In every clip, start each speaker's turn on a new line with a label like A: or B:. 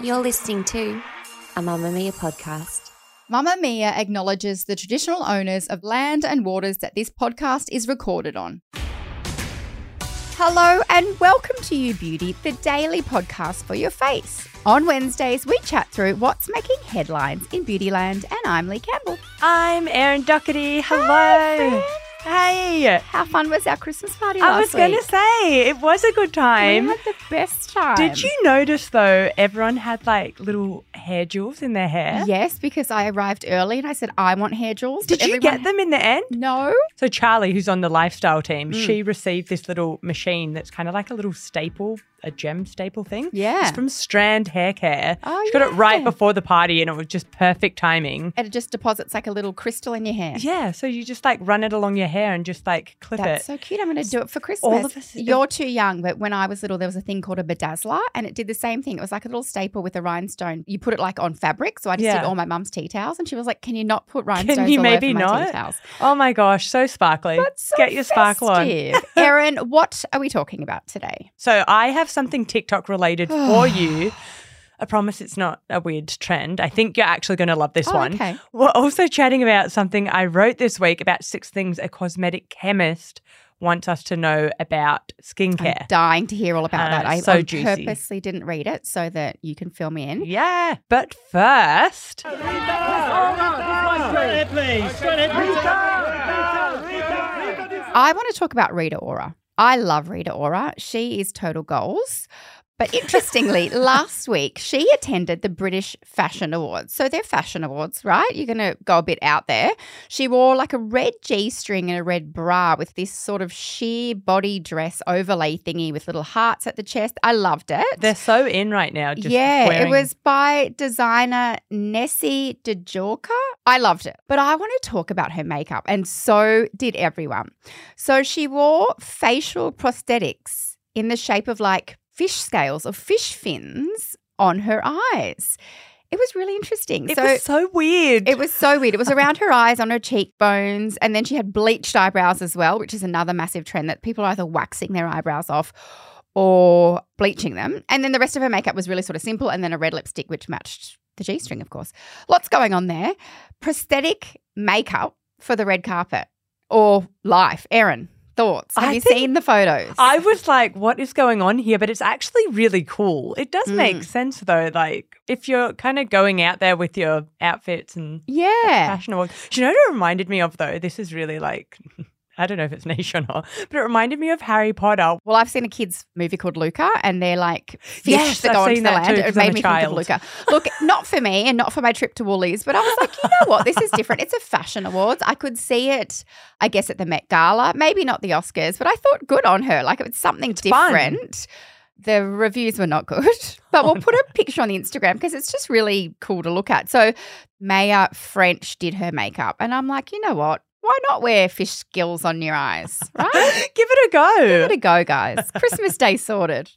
A: You're listening to a Mamma Mia podcast.
B: Mamma Mia acknowledges the traditional owners of land and waters that this podcast is recorded on. Hello and welcome to You Beauty, the daily podcast for your face. On Wednesdays, we chat through what's making headlines in Beautyland, and I'm Lee Campbell.
C: I'm Erin Doherty. Hello. Hey.
B: How fun was our Christmas party
C: I
B: last
C: was going to
B: week?
C: say, it was a good time.
B: we had the best time.
C: Did you notice, though, everyone had like little hair jewels in their hair?
B: Yes, because I arrived early and I said I want hair jewels.
C: Did
B: but
C: you
B: everyone-
C: get them in the end? Mm.
B: No.
C: So, Charlie, who's on the lifestyle team, she received this little machine that's kind of like a little staple, a gem staple thing.
B: Yeah.
C: It's from Strand Hair Care.
B: Oh,
C: she got it
B: yeah.
C: right before the party and it was just perfect timing.
B: And it just deposits like a little crystal in your hair.
C: Yeah. So, you just like run it along your hair and just like clip
B: That's
C: it.
B: so cute. I'm going to do it for Christmas.
C: all of us-
B: You're too young, but when I was little, there was a thing called a bedazzler, and it did the same thing. It was like a little staple with a rhinestone. You put it like on fabric. So I just
C: Yeah.
B: did all my mum's tea towels, and she was like, "Can you not put rhinestones
C: you
B: all
C: maybe
B: over my tea
C: not?
B: towels?"
C: oh my gosh. So sparkly.
B: That's so
C: Get your sparkle on.
B: festive. Erin, what are we talking about today?
C: So I have something TikTok related for you. I promise it's not a weird trend. I think you're actually going to love this
B: Oh,
C: one.
B: okay.
C: We're also chatting about something I wrote this week about six things a cosmetic chemist wants us to know about skincare.
B: Dying to hear all about
C: Uh,
B: that. I,
C: so
B: I
C: juicy.
B: purposely didn't read it so that you can fill me in.
C: Yeah. But first,
B: I want to talk about Rita Ora. I love Rita Ora. She is total goals. But interestingly, last week she attended the British Fashion Awards. So they're fashion awards, right? You're going to go a bit out there. She wore like a red G string and a red bra with this sort of sheer body dress overlay thingy with little hearts at the chest. I loved it.
C: they're so in right now. Just
B: yeah, it
C: wearing-
B: was by designer Nessie DeJorca. I loved it. But I want to talk about her makeup, and so did everyone. So she wore facial prosthetics in the shape of like fish scales or fish fins on her eyes. It was really interesting.
C: It
B: so
C: was so weird.
B: it was so weird. It was around her eyes, on her cheekbones, and then she had bleached eyebrows as well, which is another massive trend that people are either waxing their eyebrows off or bleaching them. And then the rest of her makeup was really sort of simple, and then a red lipstick, which matched the G string, of course. Lots going on there. Prosthetic makeup for the red carpet or life. Erin, thoughts? Have
C: I
B: you
C: think-
B: seen the photos?
C: I was like, what is going on here? But it's actually really cool. It does make sense though. Like if you're kind of going out there with your outfits and
B: yeah.
C: fashion awards. Do you know what it reminded me of though? This is really like I don't know if it's niche or not, but it reminded me of Harry Potter.
B: Well, I've seen a kids movie called Luca, and they're like fish
C: Yes,
B: that
C: I've
B: go onto
C: seen
B: the
C: that
B: land.
C: too,
B: it
C: 'cause I'm
B: made
C: a
B: me think of
C: child.
B: Luca. Look, not for me, and not for my trip to Woolies, but I was like, you know what? This is different. It's a fashion awards. I could see it, I guess, at the Met Gala, maybe not the Oscars, but I thought good on her. Like it's something
C: fun.
B: different. The reviews were not good, but we'll put a picture on the Instagram because it's just really cool to look at. So Maya French did her makeup, and I'm like, you know what? Why not wear fish skills on your eyes, right?
C: Give it a go.
B: Give it a go, guys. Christmas Day sorted.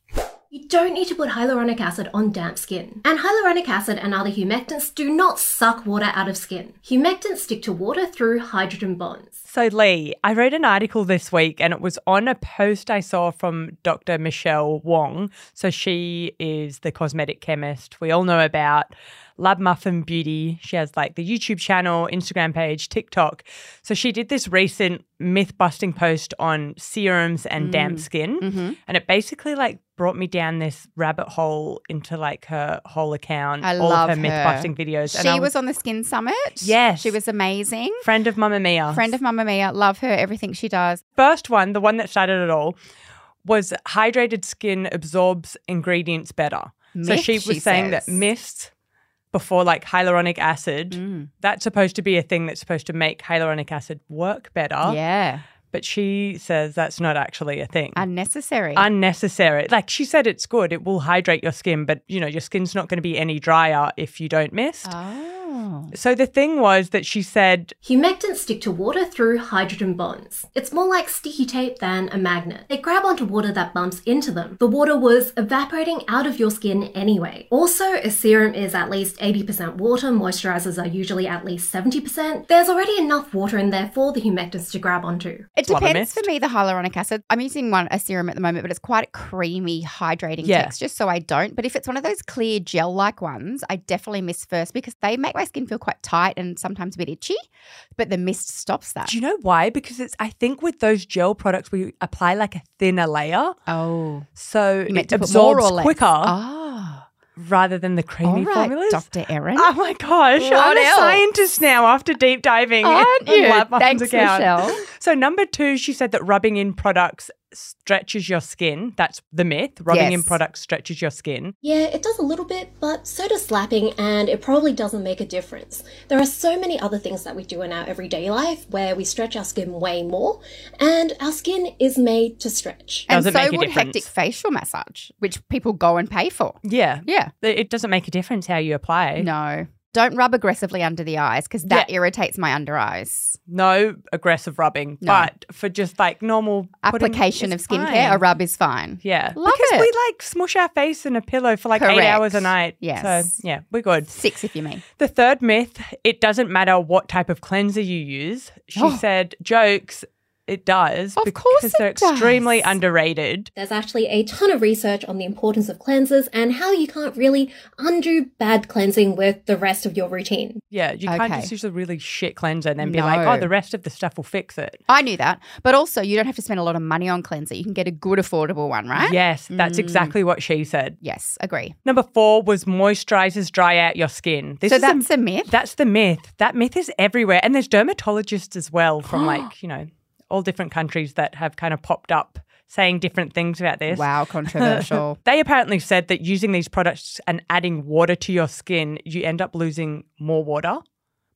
D: You don't need to put hyaluronic acid on damp skin. And hyaluronic acid and other humectants do not suck water out of skin. Humectants stick to water through hydrogen bonds.
C: so Lee, I wrote an article this week and it was on a post I saw from Dr. Michelle Wong. So she is the cosmetic chemist we all know about. Lab Muffin Beauty. She has like the YouTube channel, Instagram page, TikTok. So she did this recent myth busting post on serums and
B: Mm.
C: damp skin.
B: Mm-hmm.
C: And it basically like brought me down this rabbit hole into like her whole account,
B: I
C: all
B: love
C: of her,
B: her.
C: myth busting videos.
B: She
C: and I
B: was, on the Skin Summit.
C: Yes.
B: She was amazing.
C: friend of Mamma Mia.
B: Friend of Mamma Mia. Love her, everything she does.
C: first one, the one that started it all, was hydrated skin absorbs ingredients better. so
B: Myth,
C: she was
B: she
C: saying that
B: says.
C: mist before like hyaluronic acid,
B: Mm.
C: that's supposed to be a thing that's supposed to make hyaluronic acid work better.
B: Yeah.
C: But she says that's not actually a thing.
B: Unnecessary.
C: Unnecessary. Like she said, it's good. It will hydrate your skin, but you know, your skin's not going to be any drier if you don't mist.
B: oh.
C: So the thing was that she said,
D: Humectants stick to water through hydrogen bonds. It's more like sticky tape than a magnet. They grab onto water that bumps into them. The water was evaporating out of your skin anyway. Also, a serum is at least 80% water, moisturizers are usually at least 70%. There's already enough water in there for the humectants to grab onto.
B: It
C: It's a lot of
B: depends for
C: mist.
B: me, the hyaluronic acid. I'm using one, a serum at the moment, but it's quite a creamy, hydrating
C: Yeah.
B: texture, so I don't. But if it's one of those clear gel like ones, I definitely mist first because they make my skin feel quite tight and sometimes a bit itchy, but the mist stops that.
C: "Do you know why? Because it's I think with those gel products we apply like a thinner layer,
B: oh.
C: so
B: You meant
C: it
B: to put more
C: absorbs
B: or less.
C: quicker
B: Oh.
C: rather than the
B: All
C: creamy
B: right,
C: formulas."
B: Dr. Erin.
C: Oh my gosh,
B: What
C: I'm
B: else?
C: a scientist now after deep diving
B: Aren't
C: in
B: you?
C: Lab Mum's
B: Oh, Thanks,
C: account.
B: Michelle.
C: So number two, she said that rubbing in products stretches your skin. That's the myth. Rubbing in
B: Yes.
C: products stretches your skin.
D: Yeah, it does a little bit, but so does slapping, and it probably doesn't make a difference. There are so many other things that we do in our everyday life where we stretch our skin way more, and our skin is made to stretch.
B: And
C: Doesn't
B: so
C: make a
B: would
C: difference.
B: hectic facial massage, which people go and pay for.
C: Yeah.
B: Yeah.
C: It it doesn't make a difference how you apply.
B: No. Don't rub aggressively under the eyes because that irritates my under eyes.
C: No aggressive rubbing,
B: No.
C: but for just like normal putting-
B: Application of
C: it's
B: skincare, a
C: fine.
B: rub is fine.
C: Yeah.
B: Love
C: because
B: it.
C: we like smush our face in a pillow for like
B: Correct.
C: eight hours a night.
B: Yes.
C: So yeah, we're good.
B: Six if you mean.
C: The third myth, it doesn't matter what type of cleanser you use. She
B: Oh.
C: said jokes, it does.
B: Of
C: because
B: course
C: they're
B: it does.
C: extremely underrated.
D: There's actually a ton of research on the importance of cleansers and how you can't really undo bad cleansing with the rest of your routine.
C: Yeah, you can't
B: Okay.
C: just use a really shit cleanser and then be like,
B: No.
C: oh, the rest of the stuff will fix it.
B: I knew that. But also, you don't have to spend a lot of money on cleanser. You can get a good, affordable one, right?
C: Yes, that's
B: Mm.
C: exactly what she said.
B: Yes, agree.
C: Number four was moisturizers dry out your skin. This
B: so
C: is a-
B: that's a, myth.
C: that's the myth. That myth is everywhere, and there's dermatologists as well from like you know all different countries that have kind of popped up saying different things about this.
B: wow, controversial.
C: They apparently said that using these products and adding water to your skin, you end up losing more water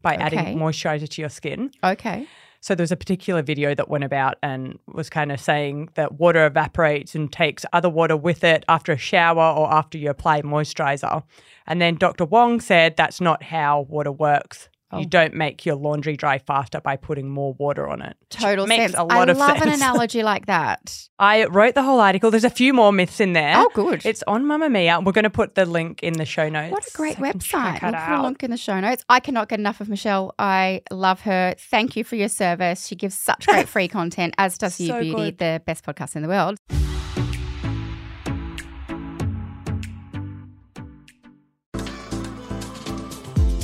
C: by
B: Okay.
C: adding moisturizer to your skin.
B: okay.
C: So there was a particular video that went about and was kind of saying that water evaporates and takes other water with it after a shower or after you apply moisturizer. And then Dr. Wong said that's not how water works.
B: Oh.
C: You don't make your laundry dry faster by putting more water on it. Which
B: Total
C: makes
B: sense.
C: a lot
B: I
C: of
B: love an
C: sense.
B: analogy like that.
C: I wrote the whole article. There's a few more myths in there.
B: Oh, good.
C: It's on Mamma Mia. We're going to put the link in the show notes.
B: What a great
C: so you can
B: website.
C: check it
B: We'll put a
C: out.
B: link in the show notes. I cannot get enough of Michelle. I love her. Thank you for your service. She gives such great free content, as does You
C: So
B: Beauty,
C: good.
B: the best podcast in the world.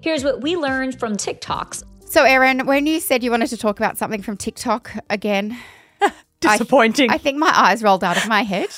E: Here's what we learned from TikToks.
B: So, Erin, when you said you wanted to talk about something from TikTok again, I-
C: Disappointing.
B: I, think my eyes rolled out of my head.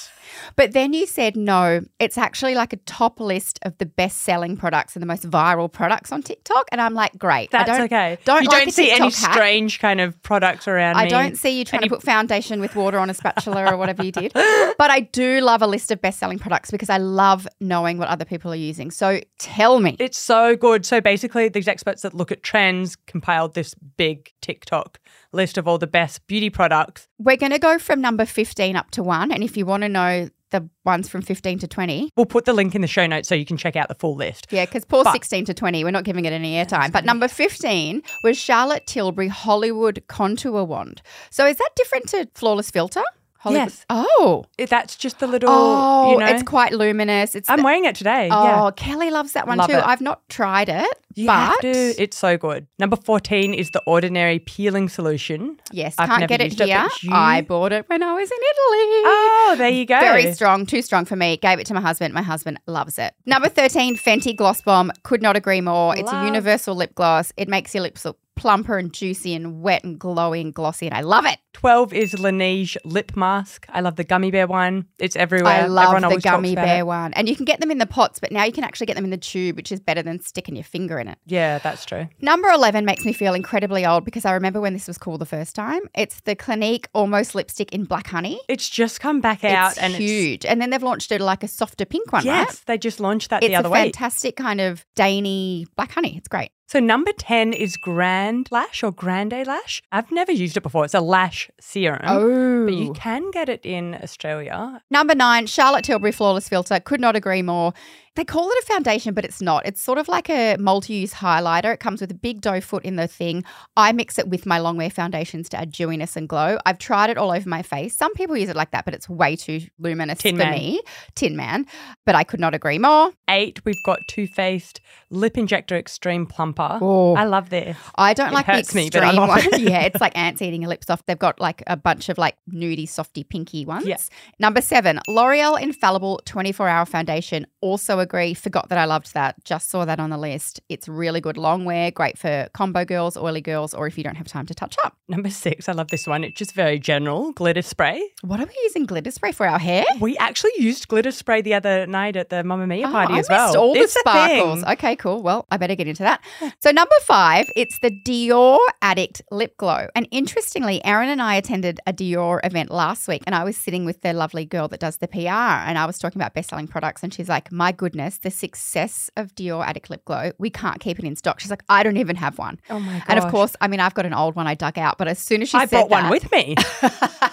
B: But then you said, no, it's actually like a top list of the best selling products and the most viral products on TikTok. And I'm like, great.
C: That's
B: I don't,
C: okay.
B: Don't
C: you
B: like
C: don't
B: a
C: see any
B: TikTok hack.
C: strange kind of products around
B: I
C: me.
B: don't see you trying
C: And
B: to put foundation with water on a spatula or whatever you did. But I do love a list of best selling products because I love knowing what other people are using. So tell me.
C: It's so good. So basically, these experts that look at trends compiled this big TikTok list of all the best beauty products.
B: We're going to go from number 15 up to one. And if you want to know the ones from 15 to 20,
C: We'll put the link in the show notes so you can check out the full list.
B: yeah, because poor
C: But-
B: 16 to 20, we're not giving it any airtime. But number 15 was Charlotte Tilbury Hollywood Contour Wand. So is that different to Flawless Filter? Hollywood?
C: Yes.
B: Oh.
C: That's just the little,
B: Oh,
C: you know.
B: it's quite luminous. It's
C: I'm wearing it today.
B: Oh,
C: yeah.
B: Kelly loves that one
C: Love
B: too.
C: it.
B: I've not tried it,
C: You
B: but
C: have to. It's so good. Number 14 is the Ordinary Peeling Solution.
B: yes,
C: I've
B: can't
C: never
B: get it
C: used it,
B: here.
C: but you-
B: I bought it when I was in Italy.
C: Oh, there you go.
B: Very strong, too strong for me. Gave it to my husband. My husband loves it. Number 13, Fenty Gloss Bomb. Could not agree more. It's a
C: Love.
B: universal lip gloss. It makes your lips look plumper and juicy and wet and glowy and glossy, and I love it.
C: 12 is Laneige lip mask. I love the gummy bear one. It's everywhere.
B: I
C: Everyone
B: love the
C: always talks
B: gummy
C: about
B: bear
C: it.
B: one. And you can get them in the pots, but now you can actually get them in the tube, which is better than sticking your finger in it.
C: Yeah, that's true.
B: Number 11 makes me feel incredibly old because I remember when this was cool the first time. It's the Clinique Almost Lipstick in Black Honey.
C: It's just come back out
B: it's
C: and it's.
B: huge. and then they've launched it like a softer pink one,
C: Yes,
B: right?
C: they just launched that
B: It's
C: the other
B: a
C: week.
B: fantastic kind of Dainey black honey. It's great.
C: So number 10 is Grand Lash or Grande Lash. I've never used it before. It's a lash serum. But you
B: Oh.
C: can get it in Australia.
B: Number nine, Charlotte Tilbury Flawless Filter. Could not agree more. They call it a foundation, but it's not. It's sort of like a multi use highlighter. It comes with a big doe foot in the thing. I mix it with my long wear foundations to add dewiness and glow. I've tried it all over my face. Some people use it like that, but it's way too luminous
C: Tin
B: for
C: Man.
B: me. Tin Man. But I could not agree more.
C: Eight, we've got Too Faced Lip Injector Extreme Plumper.
B: Oh.
C: I love this.
B: I don't
C: It
B: like
C: hurts
B: the
C: me, but I
B: extreme
C: love
B: ones.
C: it.
B: yeah, it's like ants eating your lips off. They've got like a bunch of like nudie, softy, pinky ones.
C: Yeah.
B: Number seven, L'Oreal Infallible 24 Hour Foundation. Also agree. Forgot that I loved that. Just saw that on the list. It's really good long wear, great for combo girls, oily girls, or if you don't have time to touch up.
C: Number six, I love this one. It's just very general. Glitter spray.
B: What are we using glitter spray for our hair?
C: We actually used glitter spray the other night at the Mamma Mia
B: Oh,
C: party
B: I
C: as well.
B: missed all
C: It's
B: the
C: a thing.
B: sparkles. Okay, cool. Well, I better get into that. So number five, it's the Dior Addict Lip Glow. And interestingly, Erin and I attended a Dior event last week, and I was sitting with the lovely girl that does the PR, and I was talking about best-selling products, and she's like, "My goodness, the success of Dior Addict Lip Glow. We can't keep it in stock." She's like, "I don't even have one."
C: Oh my
B: And of
C: gosh.
B: course, I mean, I've got an old one I dug out, but as soon as she
C: I
B: said
C: brought one
B: that-
C: with me.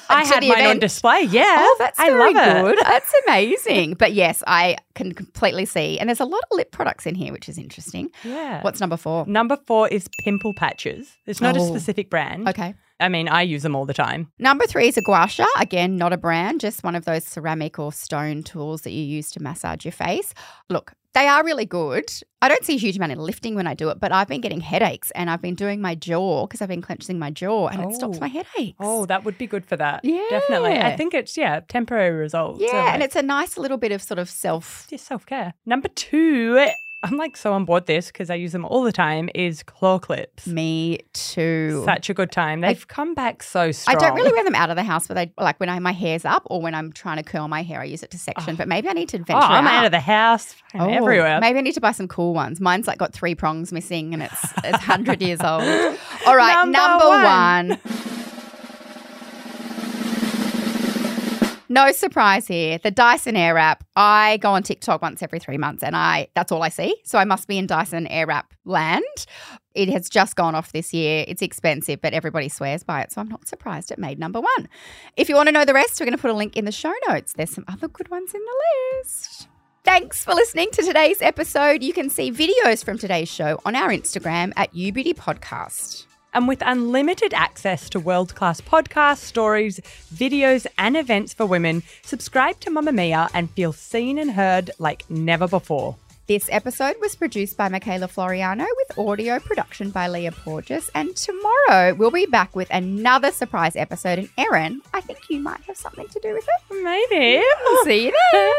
C: I
B: To
C: had
B: the
C: mine on
B: event.
C: display. Yeah.
B: Oh, that's
C: I
B: very
C: love it.
B: good. That's amazing. But yes, I can completely see. And there's a lot of lip products in here, which is interesting.
C: Yeah.
B: What's number four?
C: Number four is pimple patches. It's not a
B: Oh.
C: specific brand.
B: Okay.
C: I mean, I use them all the time.
B: Number three is a gua sha. Again, not a brand, just one of those ceramic or stone tools that you use to massage your face. Look, they are really good. I don't see a huge amount of lifting when I do it, but I've been getting headaches and I've been doing my jaw because I've been clenching my jaw and it stops
C: Oh.
B: my headaches.
C: Oh, that would be good for that. Definitely. I
B: Yeah.
C: think it's, yeah, temporary results.
B: yeah. And
C: it's
B: it's a nice little bit of sort of self.
C: just self care. Number two, I'm like so on board this because I use them all the time, is claw clips.
B: Me too.
C: Such a good time. They've come back so strong.
B: I don't really wear them out of the house, but I like when I my hair's up or when I'm trying to curl my hair, I use it to section. But maybe I need to
C: Oh,
B: adventure.
C: I'm out of the house. I'm
B: Oh,
C: everywhere.
B: Maybe I need to buy some cool ones. Mine's like got three prongs missing, and it's it's hundred years old. All right,
C: Number
B: number,
C: one.
B: one. No surprise here. The Dyson Airwrap. I go on TikTok once every three months, and I that's all I see. So I must be in Dyson Airwrap land. It has just gone off this year. It's expensive, but everybody swears by it. So I'm not surprised it made number one. If you want to know the rest, we're going to put a link in the show notes. There's some other good ones in the list. Thanks for listening to today's episode. You can see videos from today's show on our Instagram at UBD Podcast.
C: And with unlimited access to world class podcasts, stories, videos, and events for women, subscribe to Mamma Mia and feel seen and heard like never before.
B: This episode was produced by Michaela Floriano with audio production by Leah Porges. And tomorrow we'll be back with another surprise episode. And Erin, I think you might have something to do with it.
C: Maybe.
B: See you then.